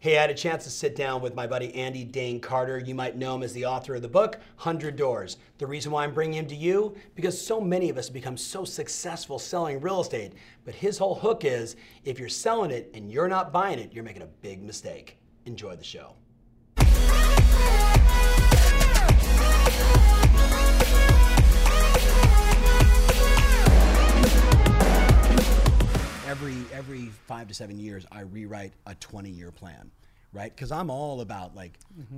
Hey, I had a chance to sit down with my buddy Andy Dane Carter. You might know him as the author of the book, 100 Doors. The reason why I'm bringing him to you, because so many of us become so successful selling real estate. But his whole hook is if you're selling it and you're not buying it, you're making a big mistake. Enjoy the show. every every five to seven years i rewrite a 20 year plan right because i'm all about like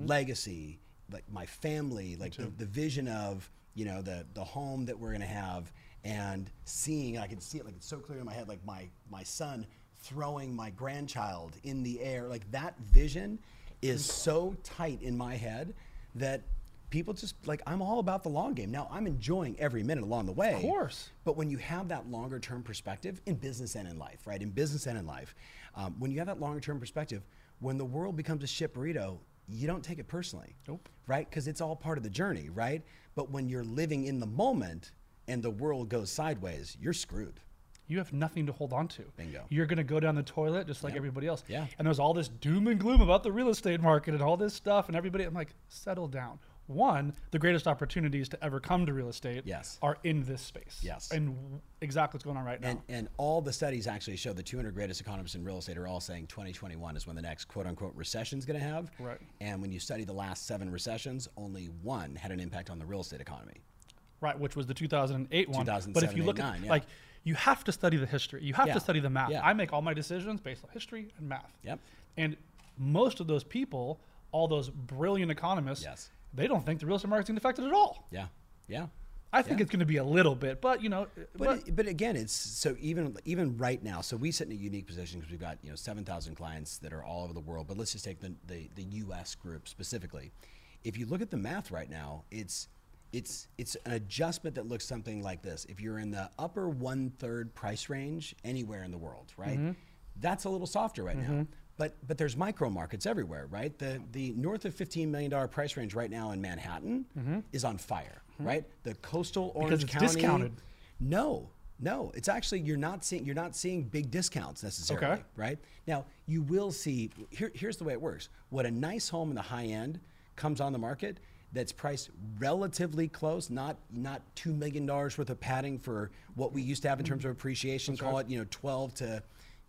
legacy like my family like the, the vision of you know the the home that we're going to have and seeing i can see it like it's so clear in my head like my my son throwing my grandchild in the air like that vision is so tight in my head that people just like i'm all about the long game now i'm enjoying every minute along the way of course. but when you have that longer term perspective in business and in life, right? In business and in life, um, when you have that longer term perspective, when the world becomes a shit burrito, you don't take it personally. Nope. Right? Because it's all part of the journey, right? But when you're living in the moment and the world goes sideways, you're screwed. You have nothing to hold on to. Bingo. You're gonna go down the toilet just like everybody else. Yeah. And there's all this doom and gloom about the real estate market and all this stuff, and everybody. I'm like, settle down. One, the greatest opportunities to ever come to real estate Yes. are in this space. Yes. And w- exactly what's going on right now. And, and all the studies actually show the 200 greatest economists in real estate are all saying 2021 is when the next quote unquote recession is going to have. Right. And when you study the last seven recessions, only one had an impact on the real estate economy. right, which was the 2008 one. but if 2007, you look 2009, at yeah. like, you have to study the history. You have Yeah. to study the math. Yeah. I make all my decisions based on history and math. Yep. And most of those people, all those brilliant economists, Yes. they don't think the real estate market's gonna affect it at all. Yeah. Yeah. I think it's going to be a little bit, but you know, but, But, it- but again, it's so even even right now. So we sit in a unique position because we've got you know seven thousand clients that are all over the world. But let's just take the, the the U.S. group specifically. If you look at the math right now, it's it's it's an adjustment that looks something like this. If you're in the upper one third price range anywhere in the world, right? Mm-hmm. That's a little softer right now. But but there's micro markets everywhere, right? The the north of fifteen million dollar price range right now in Manhattan is on fire, right? The coastal Orange Mm-hmm. it's County discounted. no, no. It's actually you're not seeing you're not seeing big discounts necessarily. Okay. Right now, you will see. Here, here's the way it works. What a nice home in the high end comes on the market that's priced relatively close, not not two million dollars worth of padding for what we used to have in terms of appreciation. call it you know twelve to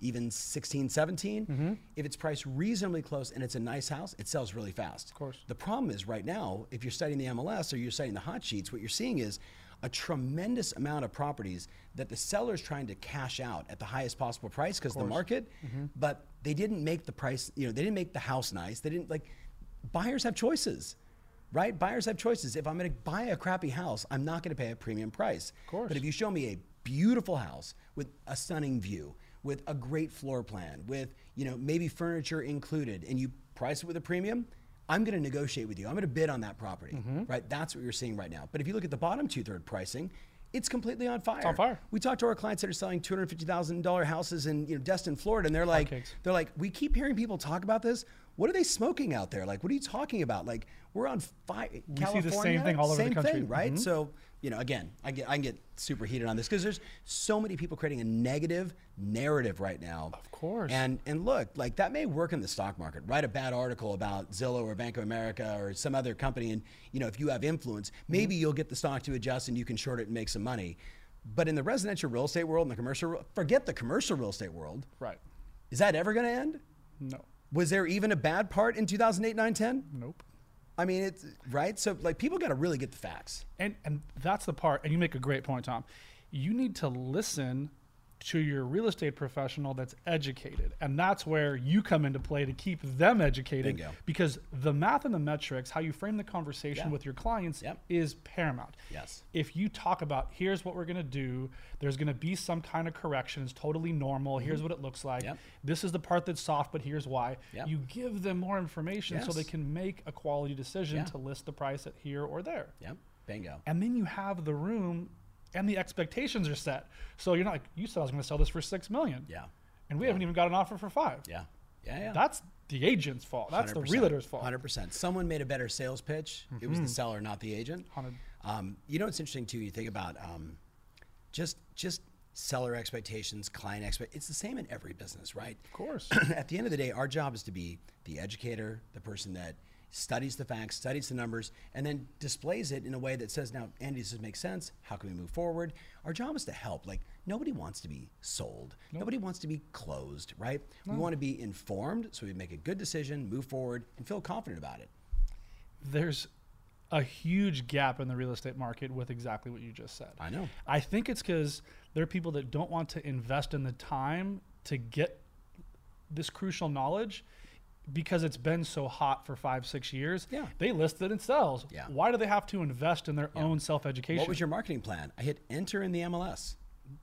even 16 17 Mm-hmm. if it's priced reasonably close and it's a nice house it sells really fast of course. the problem is right now, if you're studying the MLS or you're studying the hot sheets, what you're seeing is a tremendous amount of properties that the seller's trying to cash out at the highest possible price because the market, but they didn't make the price, you know, they didn't make the house nice. They didn't like buyers have choices. Right? Buyers have choices. If I'm going to buy a crappy house, I'm not going to pay a premium price. Of course. But if you show me a beautiful house with a stunning view, with a great floor plan, with, you know, maybe furniture included, and you price it with a premium, I'm going to negotiate with you. I'm going to bid on that property, Mm-hmm. right? That's what you're seeing right now. But if you look at the bottom two third pricing, it's completely on fire. It's on fire. We talk to our clients that are selling two hundred fifty thousand dollar houses in you know Destin, Florida, and they're like, Hotcakes. they're like, we keep hearing people talk about this. What are they smoking out there? Like, what are you talking about? Like, we're on fire. the same thing all over the country. Mm-hmm. right? So, you know, again, I get I can get super heated on this because there's so many people creating a negative narrative right now. Of course. And and look, like that may work in the stock market. Write a bad article about Zillow or Bank of America or some other company, and you know, if you have influence, maybe you'll get the stock to adjust and you can short it and make some money. But in the residential real estate world and the commercial, forget the commercial real estate world. right, Is that ever going to end? no, Was there even a bad part in 2008, 9, 10? nope. I mean, it's right. So like, people got to really get the facts. And and that's the part. And you make a great point, Tom. You need to listen to your real estate professional that's educated, and that's where you come into play to keep them educated. Bingo. Because the math and the metrics, how you frame the conversation Yeah. with your clients, Yep. is paramount. Yes. If you talk about here's what we're going to do, there's going to be some kind of correction. It's totally normal. Here's what it looks like. Mm-hmm. Yep. This is the part that's soft, but here's why. Yep. You give them more information so they Yes. can make a quality decision Yeah. to list the price at here or there Yep. Bingo. and then you have the room and the expectations are set so you're not like you said i was going to sell this for six million Yeah. and we haven't even got an offer for five Yeah. Yeah. Yeah. that's the agent's fault that's the 100%. realtor's fault Mm-hmm. 100%. Someone made a better sales pitch. It was the seller, not the agent. Hundred. Um, you know, it's interesting too. You think about um, just just seller expectations, client expect. It's the same in every business, right? Of course. At the end of the day, our job is to be the educator, the person that studies the facts, studies the numbers, and then displays it in a way that says, now, Andy, does this make sense? How can we move forward? Our job is to help. Like, nobody wants to be sold. Nobody wants to be closed, right? We want to be informed so we make a good decision, move forward, and feel confident about it. There's a huge gap in the real estate market with exactly what you just said. I know. I think it's because there are people that don't want to invest in the time to get this crucial knowledge because it's been so hot for five, six years. Yeah. They list it and sells. Yeah. Why do they have to invest in their own self What education? was your marketing plan? I hit enter in the MLS,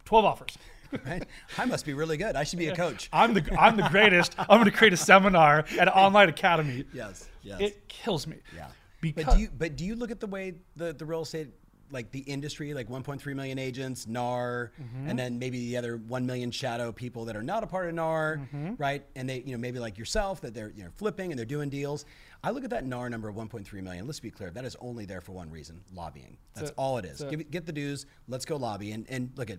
12 offers. right? I must be really good. I should be a coach. I'm the, I'm the greatest. I'm going to create a seminar at an online academy. Yes, yes. It kills me. Yeah. Because But do you but do you look at the way the, the real estate like the industry, like 1.3 million agents, NAR, Mm-hmm. and then maybe the other 1 million shadow people that are not a part of NAR, Mm-hmm. right? And they, you know, maybe like yourself that they're, you know, flipping and they're doing deals. I look at that NAR number of 1.3 million. Let's be clear, that is only there for one reason, lobbying. That's it. all it is. That's it. Give, it- get the dues, let's go lobby and and look at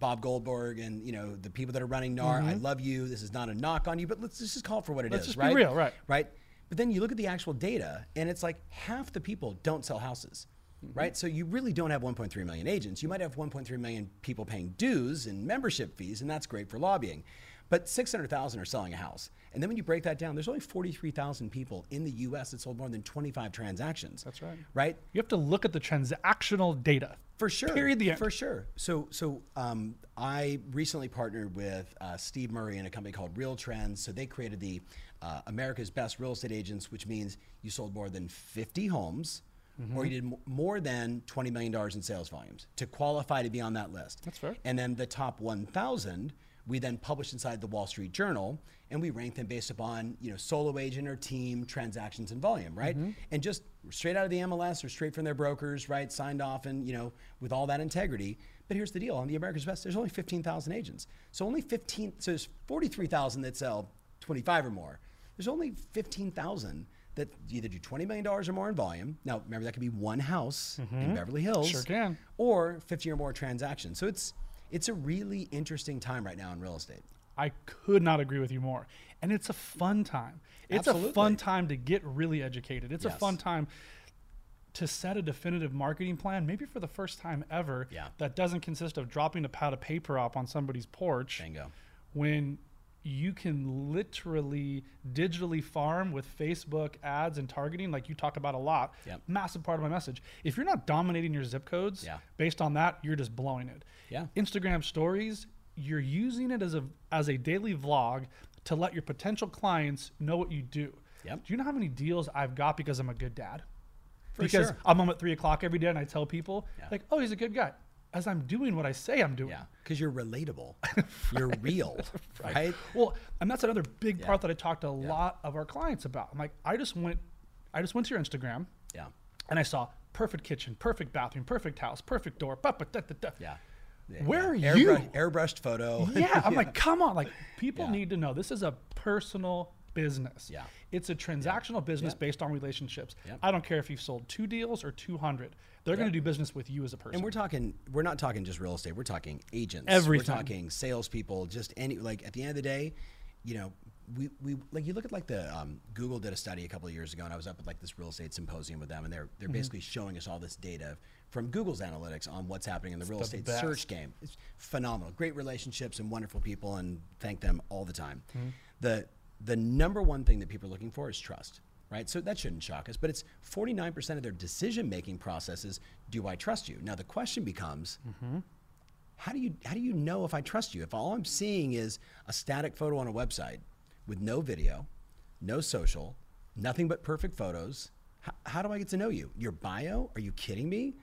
Bob Goldberg and you know the people that are running NAR. I love you. This is not a knock on you, but let's just call it for what it is, Mm-hmm. Let's just be right? real, right. right? But then you look at the actual data, and it's like half the people don't sell houses, Mm-hmm. right? So you really don't have 1.3 million agents. You might have 1.3 million people paying dues and membership fees, and that's great for lobbying. But 600,000 are selling a house. And then when you break that down, there's only 43,000 people in the US that sold more than 25 transactions. That's right. Right? You have to look at the transactional data. For sure. Period. The end. For sure. So, so um, I recently partnered with uh, Steve Murray and a company called Real Trends. So they created the uh, America's Best Real Estate Agents, which means you sold more than 50 homes or you did Mm-hmm. m- more than $20 million in sales volumes to qualify to be on that list. That's fair. And then the top 1,000 we then published inside the Wall Street Journal, and we ranked them based upon you know solo agent or team transactions and volume, right? Mm-hmm. And just straight out of the MLS or straight from their brokers, right? Signed off and you know with all that integrity. But here's the deal: on the America's Best, there's only 15,000 agents, so only 15. So there's 43,000 that sell 25 or more. There's only 15,000 that either do 20 million dollars or more in volume. Now remember that could be one house in Beverly Hills, Mm-hmm. Sure can. or 50 or more transactions. So it's it's a really interesting time right now in real estate. I could not agree with you more. And it's a fun time. It's a Absolutely. fun time to get really educated. It's a Yes. fun time to set a definitive marketing plan, maybe for the first time ever, Yeah. that doesn't consist of dropping a pad of paper up on somebody's porch Bingo. when you can literally digitally farm with Facebook ads and targeting, like you talk about a lot. Yep. Massive part of my message. If you're not dominating your zip codes Yeah. based on that, you're just blowing it. Yeah. Instagram stories, you're using it as a as a daily vlog to let your potential clients know what you do. Yep. Do you know how many deals I've got because I'm a good dad? For because sure. I'm home at three o'clock every day and I tell people, Yeah. like, oh, he's a good guy. As I'm doing what I say I'm doing. Yeah, because you're relatable. You're real, right? Well, and that's another big part that I talked to a lot of our clients about. I'm like, I just went, I just went to your Instagram, Yeah, and I saw perfect kitchen, perfect bathroom, perfect house, perfect door. But but that that yeah. Yeah, Where yeah. are you? Airbrush- airbrushed photo. yeah, I'm like, come on, like people Yeah. need to know this is a personal business. Yeah. It's a transactional business Yeah. based on relationships. Yep. I don't care if you've sold two deals or 200. They're going to do business with you as a person. And we're talking, we're not talking just real estate. We're talking agents. Everything. We're talking salespeople. Just any, like at the end of the day, you know, we, we like you look at like the um, Google did a study a couple of years ago, and I was up at like this real estate symposium with them, and they're they're basically showing us all this data from Google's analytics on what's happening in the real estate best. search game. It's phenomenal. Great relationships and wonderful people, and thank them all the time. The the number one thing that people are looking for is trust, right? So that shouldn't shock us, but it's 49% of their decision making processes. Do I trust you? Now the question becomes, how do you how do you know if I trust you? If all I'm seeing is a static photo on a website with no video, no social, nothing but perfect photos, how, how do I get to know you? Your bio? Are you kidding me?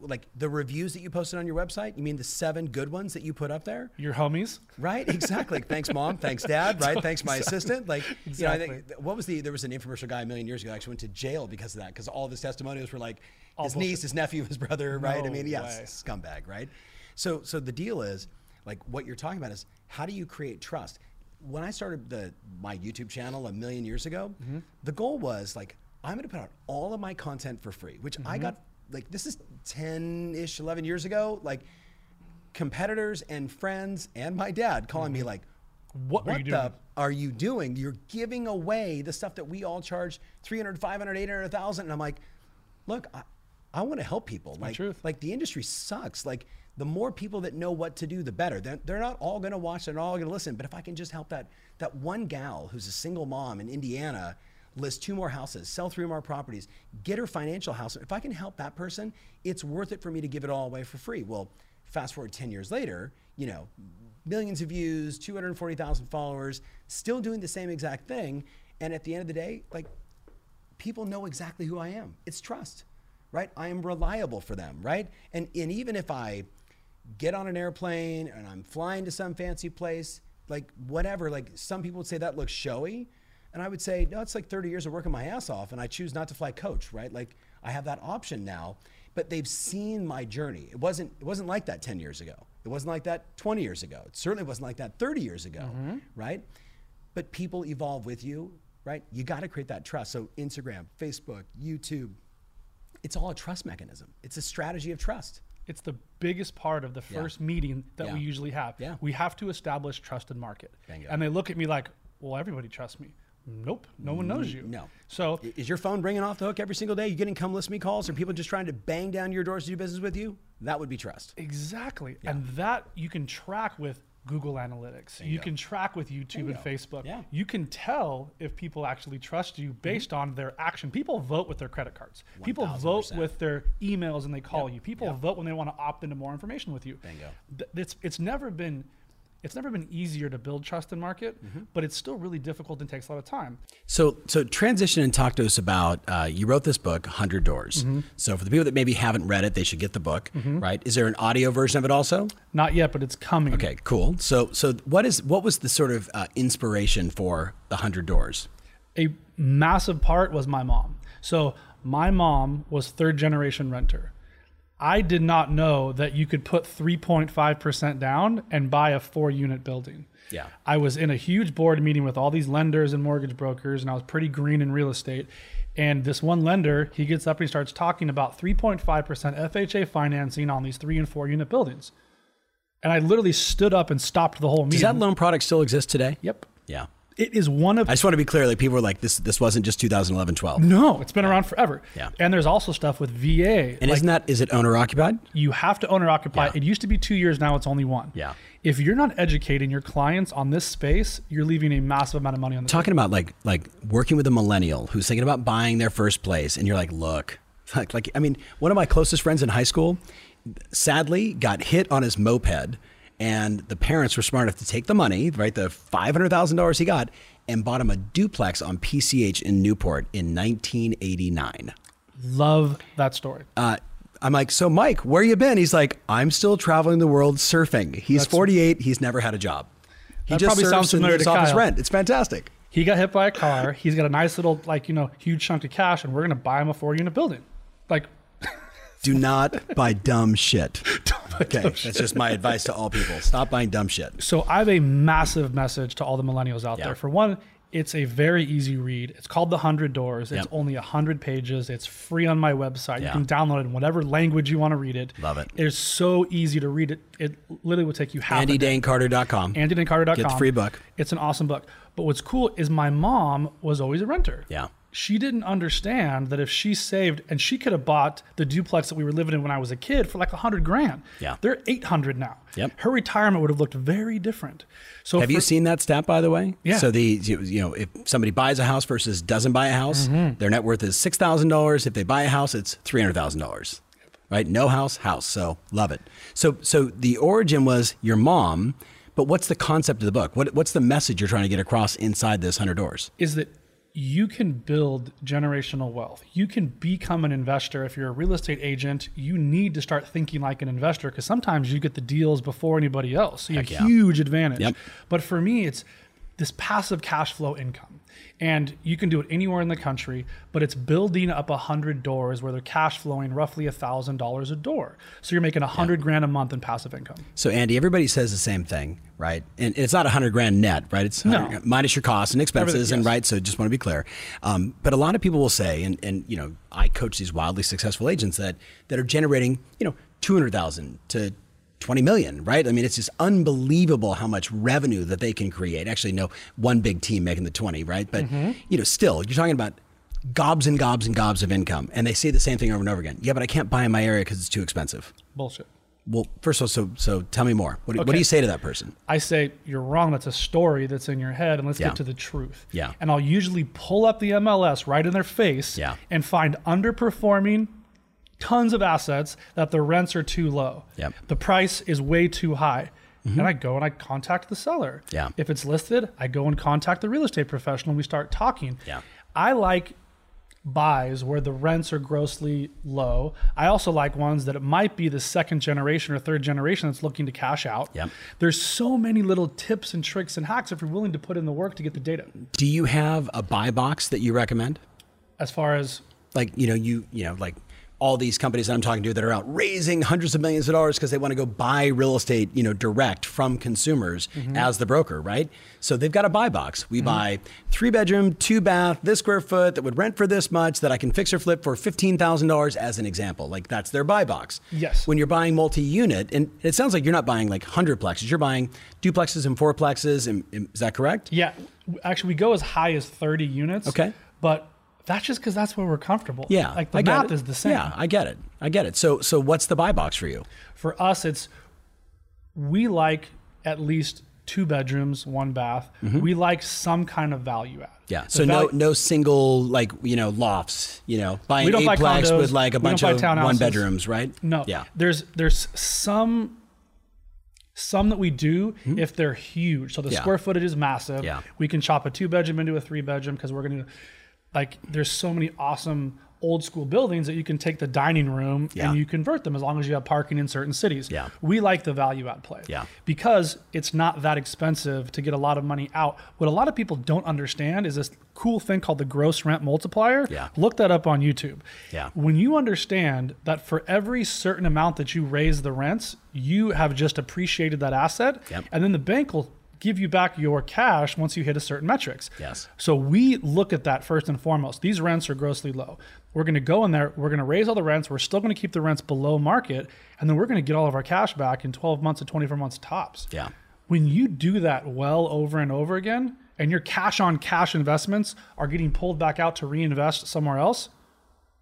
Like the reviews that you posted on your website? You mean the seven good ones that you put up there? your homies. Right, exactly. thanks, mom. Thanks, dad. Right. Thanks, my assistant. Like, you know, I think Exactly. what was the? There was an infomercial guy a million years ago. Actually, went to jail because of that. Because all of his testimonials were like his bullshit. niece, his nephew, his brother. Right. I No mean, yes, way. scumbag. Right. So, so the deal is like what you're talking about is how do you create trust? When I started the my YouTube channel a million years ago, Mm-hmm. the goal was like I'm going to put out all of my Mm-hmm. content for free, which I got like this is ten ish, eleven years ago. Like competitors and friends and my dad calling me like, Mm-hmm. What are you the doing?" are you doing? You're giving away the stuff that we all charge 300, 500, 800, 1,000. And I'm like, look, I, I want to help people. like, truth. like the industry sucks. Like the more people that know what to do, the better. They're, they're not all going to watch. They're not all going to listen. But if I can just help that, that one gal who's a single mom in Indiana list two more houses, sell three more properties, get her financial house. If I can help that person, it's worth it for me to give it all away for free. Well, fast forward 10 years later, you know, millions of views, 240,000 followers, still doing the same exact thing. And at the end of the day, like people know exactly who I am. It's trust, right? I am reliable for them, right? And, and even if I get on an airplane and I'm flying to some fancy place, like whatever, like some people would say that looks showy. And I would say, no, it's like 30 years of working my ass off, and I choose not to fly coach, right? Like I have that option now. But they've seen my journey. It wasn't, it wasn't like that 10 years ago. It wasn't like that 20 years ago. It certainly wasn't like that 30 years ago, right? But people evolve with you, right? You got to create that trust. So Instagram, Facebook, YouTube, it's all a trust mechanism. It's a strategy of trust. It's the biggest part of the first meeting that we Yeah. usually have. Yeah. We have to establish trust in market. Bingo. And they look at me like, well, everybody trusts me. Nope, no one knows you. Mm, no. So I- Is your phone ringing off the hook every single day? You getting come list me calls? Are people just trying to bang down your doors to do business with you? That would be trust. Exactly. And that you can track with Google Analytics. You go. can track with YouTube and Bingo. Facebook. Yeah. Mm-hmm. You can tell if people actually trust you based on their action. People vote with their credit cards. People vote 1000%. with their emails and they call Yep. you. People Yep. vote when they want to opt into more information with you. Bingo. Th- It's it's never been it's never been easier to build trust in market, Mm-hmm. but it's still really difficult and takes a lot of time. So, so transition and talk to us about. Uh, you wrote this book, Hundred Doors. So, for the people that maybe haven't read it, they should get the book, right? Is there an audio version of it also? Not yet, but it's coming. Okay, cool. So, so what is what was the sort of uh, inspiration for the Hundred Doors? a massive part was my mom. So my mom was third generation renter. I did not know that you could put 3.5% down and buy a four unit building. Yeah. I was in a huge board meeting with all these lenders and mortgage brokers, and I was pretty green in real estate. And this one lender, he gets up and he starts talking about 3.5% FHA financing on these three and four unit buildings. And I literally stood up and stopped the whole meeting. Does that loan product still exist today? yep. Yeah. It is one of I just want to be clear. Like people were like, this this wasn't just 2011, 12. No, it's been around forever. Yeah. And there's also stuff with VA. And isn't that is it owner occupied? you have to owner occupy. Yeah. It used to be two years, now it's only one. Yeah. If you're not educating your clients on this space, you're leaving a massive amount of money on the talking about like like working with a millennial who's thinking about buying their first place and you're like look like, like i mean one of my closest friends in high school sadly got hit on his moped and the parents were smart enough to take the money right the $500000 he got and bought him a duplex on pch in newport in 1989 Love that story. uh, i'm like so mike where you been he's like i'm still traveling the world surfing he's 48 he's never had a job he That just probably surfs sounds and familiar lives to off his Kyle. rent it's fantastic He got hit by a car. He's got a nice little, like, you know, huge chunk of cash, and we're going to buy him a four unit building. Like, Do not buy dumb shit. okay, that's just my advice to all people. Stop buying dumb shit. so I have a massive message to all the millennials out Yeah. there. For one, it's a very easy read. It's called The 100 Doors. It's Yep. only only 100 pages. It's free on my website. Yeah. You can download it in whatever language you want to read it. Love it. It's so easy to read it. It literally will take you half a day. AndyDaneCarter.com. AndyDaneCarter.com. Get the free book. It's an awesome book. But what's cool is my mom was always a renter. Yeah. She didn't understand that if she saved and she could have bought the duplex that we were living in when I was a kid for like a hundred grand. Yeah. They're eight hundred now. Yep. Her retirement would have looked very different. So Have you for- seen that stat, by the way? Yeah. So the you know if somebody buys a house versus doesn't buy a house, Mm-hmm. their net worth is six thousand dollars. If they buy a house, it's three hundred thousand dollars. Right? No house, house. So love it. So so the origin was your mom, but what's the concept of the book? What what's the message you're trying to get across inside this hundred doors? is that you can build generational wealth. You can become an investor. If you're a real estate agent, you need to start thinking like an investor because sometimes you get the deals before anybody else. So you have Heck yeah. a huge advantage. Yep. But for me, it's this passive cash flow income. And you can do it anywhere in the country, but it's building up a hundred doors where they're cash flowing roughly a thousand dollars a door. So you're making a hundred grand a month in passive income. So Andy, everybody says the same thing, right? And it's not a hundred grand net, right? It's 100 minus your costs and expenses, Everything, and yes. right. So just want to be clear. Um, but a lot of people will say, and and you know, I coach these wildly successful agents that that are generating, you know, two hundred thousand to 20 million, right? I mean, it's just unbelievable how much revenue that they can create. Actually, no, one big team making the 20, right? But, Mm-hmm. you know, still, you're talking about gobs and gobs and gobs of income. And they say the same thing over and over again. Yeah, but I can't buy in my area because it's too expensive. Bullshit. Well, first of all, so, so tell me more. What, do- what do Okay. you say to that person? I say, you're wrong. That's a story that's in your head, and let's Yeah. get to the truth. Yeah. And I'll usually pull up the MLS right in their face Yeah. and find underperforming tons of assets that the rents are too low. Yep. Mm-hmm. The price is way too high. And I go and I contact the seller. Yeah. If it's listed, I go and contact the real estate professional. and We start talking. Yeah. I like buys where the rents are grossly low. I also like ones that it might be the second generation or third generation that's looking to cash out. Yep. There's so many little tips and tricks and hacks if you're willing to put in the work to get the data. Do you have a buy box that you recommend? As far as like you know you you know like all these companies that I'm talking to that are out raising hundreds of millions of dollars because they want to go buy real estate, you know, direct from consumers Mm-hmm. as the broker, right? So they've got a buy box. We buy three bedroom, two bath, this square foot that would rent for this much that I can fix or flip for fifteen thousand dollars as an example. Like that's their buy box. Yes. When you're buying multi-unit, and it sounds like you're not buying like hundred plexes, you're buying duplexes and fourplexes. And, and is that correct? yeah, w- actually we go as high as 30 units. Okay. But that's just because that's where we're comfortable. Yeah. Like the I get it. math is the same. Yeah, I get it. I get it. So so what's the buy box for you? For us, it's we like at least two bedrooms, one bath. We like some kind of value add. Mm-hmm. Yeah. The So no valu- no single like you know lofts. You know, buying We don't buy eightplex condos. with like a We don't bunch buy of townhouses. one bedrooms, right? No. Yeah. There's there's some some that we do if they're huge. So the Hmm? Yeah. square footage is massive. Yeah. We can chop a two bedroom into a three bedroom because we're gonna like there's so many awesome old school buildings that you can take the dining room Yeah. and you convert them as long as you have parking in certain cities. Yeah. We like the value add play. Yeah. Because it's not that expensive to get a lot of money out. What a lot of people don't understand is this cool thing called the gross rent multiplier. Yeah. Look that up on YouTube. Yeah. When you understand that for every certain amount that you raise the rents, you have just appreciated that asset, Yep. and then the bank will give you back your cash once you hit a certain metrics. Yes. So we look at that first and foremost. These rents are grossly low. We're going to go in there, we're going to raise all the rents, we're still going to keep the rents below market, and then we're going to get all of our cash back in 12 months to 24 months tops Yeah. when you do that well over and over again and your cash on cash investments are getting pulled back out to reinvest somewhere else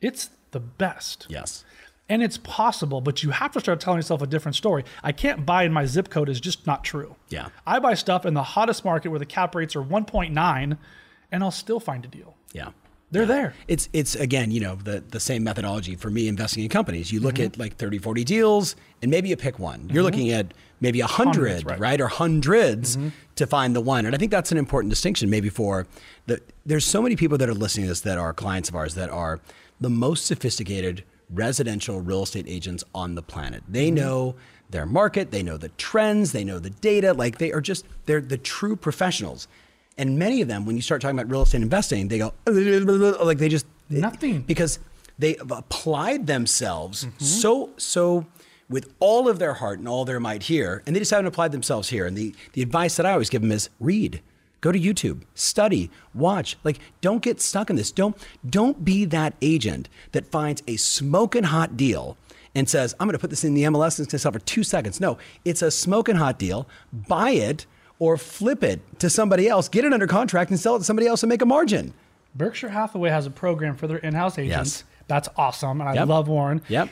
it's the best Yes. and it's possible but you have to start telling yourself a different story i can't buy in my zip code is just not true Yeah. i buy stuff in the hottest market where the cap rates are 1.9 and i'll still find a deal Yeah. they're there It's it's again, you know, the the same methodology for me investing in companies. You look Mm-hmm. at like 30, 40 deals and maybe you pick one. You're looking at maybe a 100, Hundreds, right. right. Or 100s to find the one. And I think that's an important distinction maybe for the there's so many people that are listening to this that are clients of ours that are the most sophisticated residential real estate agents on the planet. They know their market, they know the trends, they know the data, like they are just they're the true professionals. And many of them, when you start talking about real estate investing, they go like they just Nothing. because they have applied themselves so so with all of their heart and all their might here, and they just haven't applied themselves here. And the, the advice that I always give them is read, go to YouTube, study, watch. Like, don't get stuck in this. Don't don't be that agent that finds a smoking hot deal and says, I'm gonna put this in the MLS and it's gonna sell for two seconds. No, it's a smoking hot deal. Buy it or flip it to somebody else, get it under contract and sell it to somebody else and make a margin. Berkshire Hathaway has a program for their in-house agents. Yes. That's awesome, and I Yep. love Warren. Yep.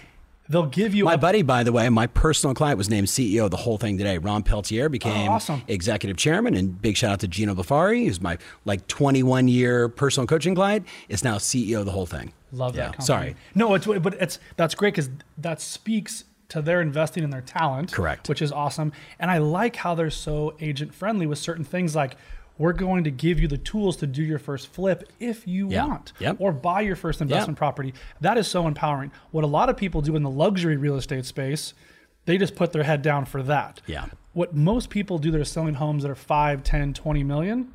They'll give you My a buddy, by the way, my personal client was named CEO of the whole thing today. Ron Peltier became Oh, awesome. executive chairman, and big shout out to Gino Bafari, who's my like 21 year personal coaching client, is now CEO of the whole thing. Love Yeah. that. Company. Sorry. No, it's but it's that's great because that speaks to their investing in their talent. Correct. Which is awesome, and I like how they're so agent friendly with certain things like. We're going to give you the tools to do your first flip if you Yeah. want, Yep. or buy your first investment property. That is so empowering. What a lot of people do in the luxury real estate space, they just put their head down for that. Yeah. What most people do, they're selling homes that are 5, 10, 20 million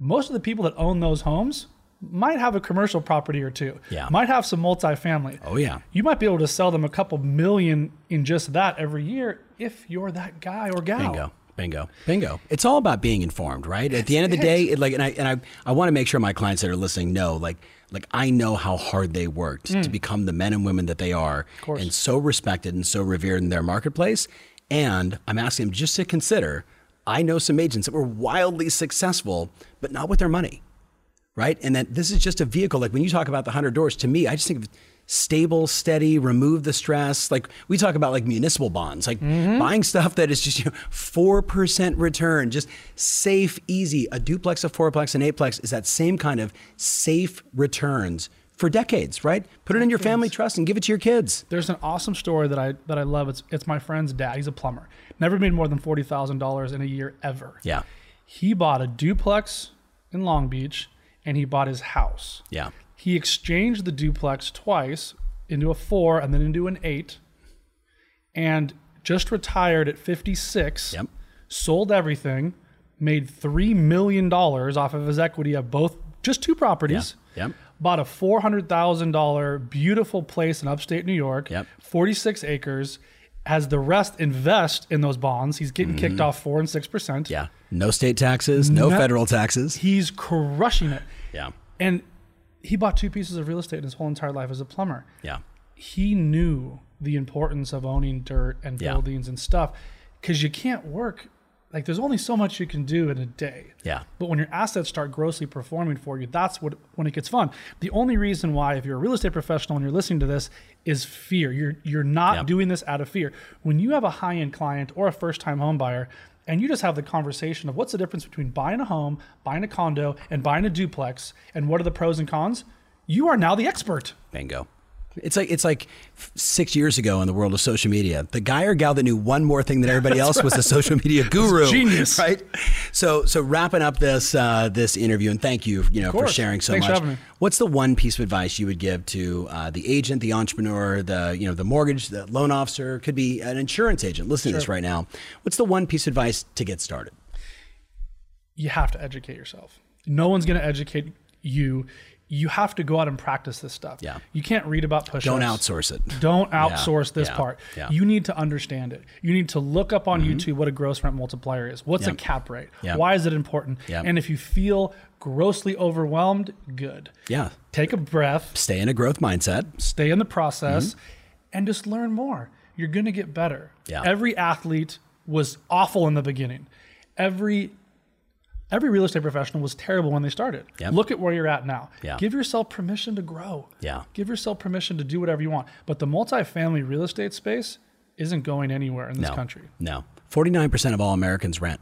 most of the people that own those homes might have a commercial property or two. Yeah. Might have some multifamily. Oh, yeah. You might be able to sell them a couple million in just that every year if you're that guy or gal. Bingo. Bingo. Bingo. It's all about being informed, right? At the end of the day, it like and I and I, I want to make sure my clients that are listening know like like I know how hard they worked to become the men and women that they are and so respected and so revered in their marketplace. And I'm asking them just to consider I know some agents that were wildly successful, but not with their money, right? And that this is just a vehicle. Like when you talk about the 100 doors, to me, I just think of stable, steady, remove the stress. Like we talk about like municipal bonds, like buying stuff that is just you know, 4% return, just safe, easy. A duplex, a fourplex, an eightplex is that same kind of safe returns for decades, right? Put it in your family trust and give it to your kids. There's an awesome story that I that I love. It's it's my friend's dad. He's a plumber. Never made more than forty thousand dollars in a year ever. Yeah. He bought a duplex in Long Beach and he bought his house. Yeah. He exchanged the duplex twice into a four and then into an eight, and just retired at 56. Yep. Sold everything, made $3 million off of his equity of both, just two properties. Yep. Bought a $400,000 beautiful place in upstate New York, Yep. 46 acres, has the rest invest in those bonds. He's getting kicked off 4 and 6%. Mm-hmm. Yeah. No state taxes, no, No- federal taxes. He's crushing it. Yeah. And he bought two pieces of real estate in his whole entire life as a plumber. Yeah. He knew the importance of owning dirt and Yeah. buildings and stuff because you can't work. Like, there's only so much you can do in a day. Yeah. But when your assets start grossly performing for you, that's what when it gets fun. The only reason why, if you're a real estate professional and you're listening to this, is fear. You're you're not Yep. doing this out of fear. When you have a high end client or a first time home buyer, and you just have the conversation of what's the difference between buying a home, buying a condo, and buying a duplex, and what are the pros and cons, you are now the expert. Bingo. It's like it's like f- six years ago in the world of social media. The guy or gal that knew one more thing than everybody else was a social media guru. genius. right? So so wrapping up this uh, this interview and thank you you know for course. sharing so Thanks for much. having me. What's the one piece of advice you would give to uh, the agent, the entrepreneur, the you know the mortgage, the loan officer, could be an insurance agent listening to this right now? What's the one piece of advice to get started? you have to educate yourself. No one's going to educate you. You have to go out and practice this stuff. Yeah. You can't read about push-ups. Don't outsource it. Don't outsource this yeah, part. yeah. Mm-hmm. You need to understand it. You need to look up on YouTube what a gross rent multiplier is. What's a cap rate? Yeah. Why is it important? Yeah. And if you feel grossly overwhelmed, good. Yeah. Take a breath, Stay in a growth mindset. stay in the process, and just learn more. You're going to get better. Mm-hmm. Yeah. Every athlete was awful in the beginning. Every every real estate professional was terrible when they started. Yep. Look at where you're at now. Yeah. Give yourself permission to grow. Yeah. Give yourself permission to do whatever you want. But the multifamily real estate space isn't going anywhere in this no. country No. 49% of all Americans rent.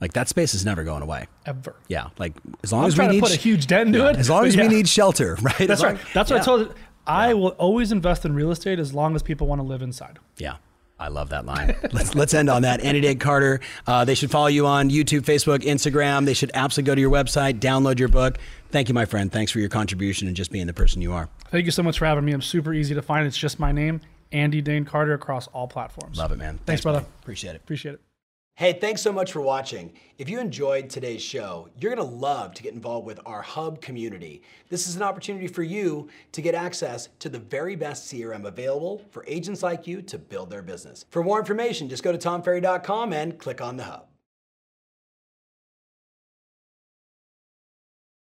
Like that space is never going away. ever. Yeah. Like as long I'm as we trying to need put a sh- huge dent into it. as long but as we yeah. need shelter, right? That's As long- right. That's what yeah. I told. I will always invest in real estate as long as people want to live inside. Yeah. I love that line. let's let's end on that. Annie Dade Carter. Uh, they should follow you on YouTube, Facebook, Instagram. They should absolutely go to your website, download your book. Thank you, my friend. Thanks for your contribution and just being the person you are. Thank you so much for having me. I'm super easy to find. It's just my name, Andy Dane Carter, across all platforms. Love it, man. Thanks, brother. buddy. Appreciate it. Appreciate it. Hey, thanks so much for watching. If you enjoyed today's show, you're going to love to get involved with our Hub community. This is an opportunity for you to get access to the very best CRM available for agents like you to build their business. For more information, just go to tomferry.com and click on the Hub.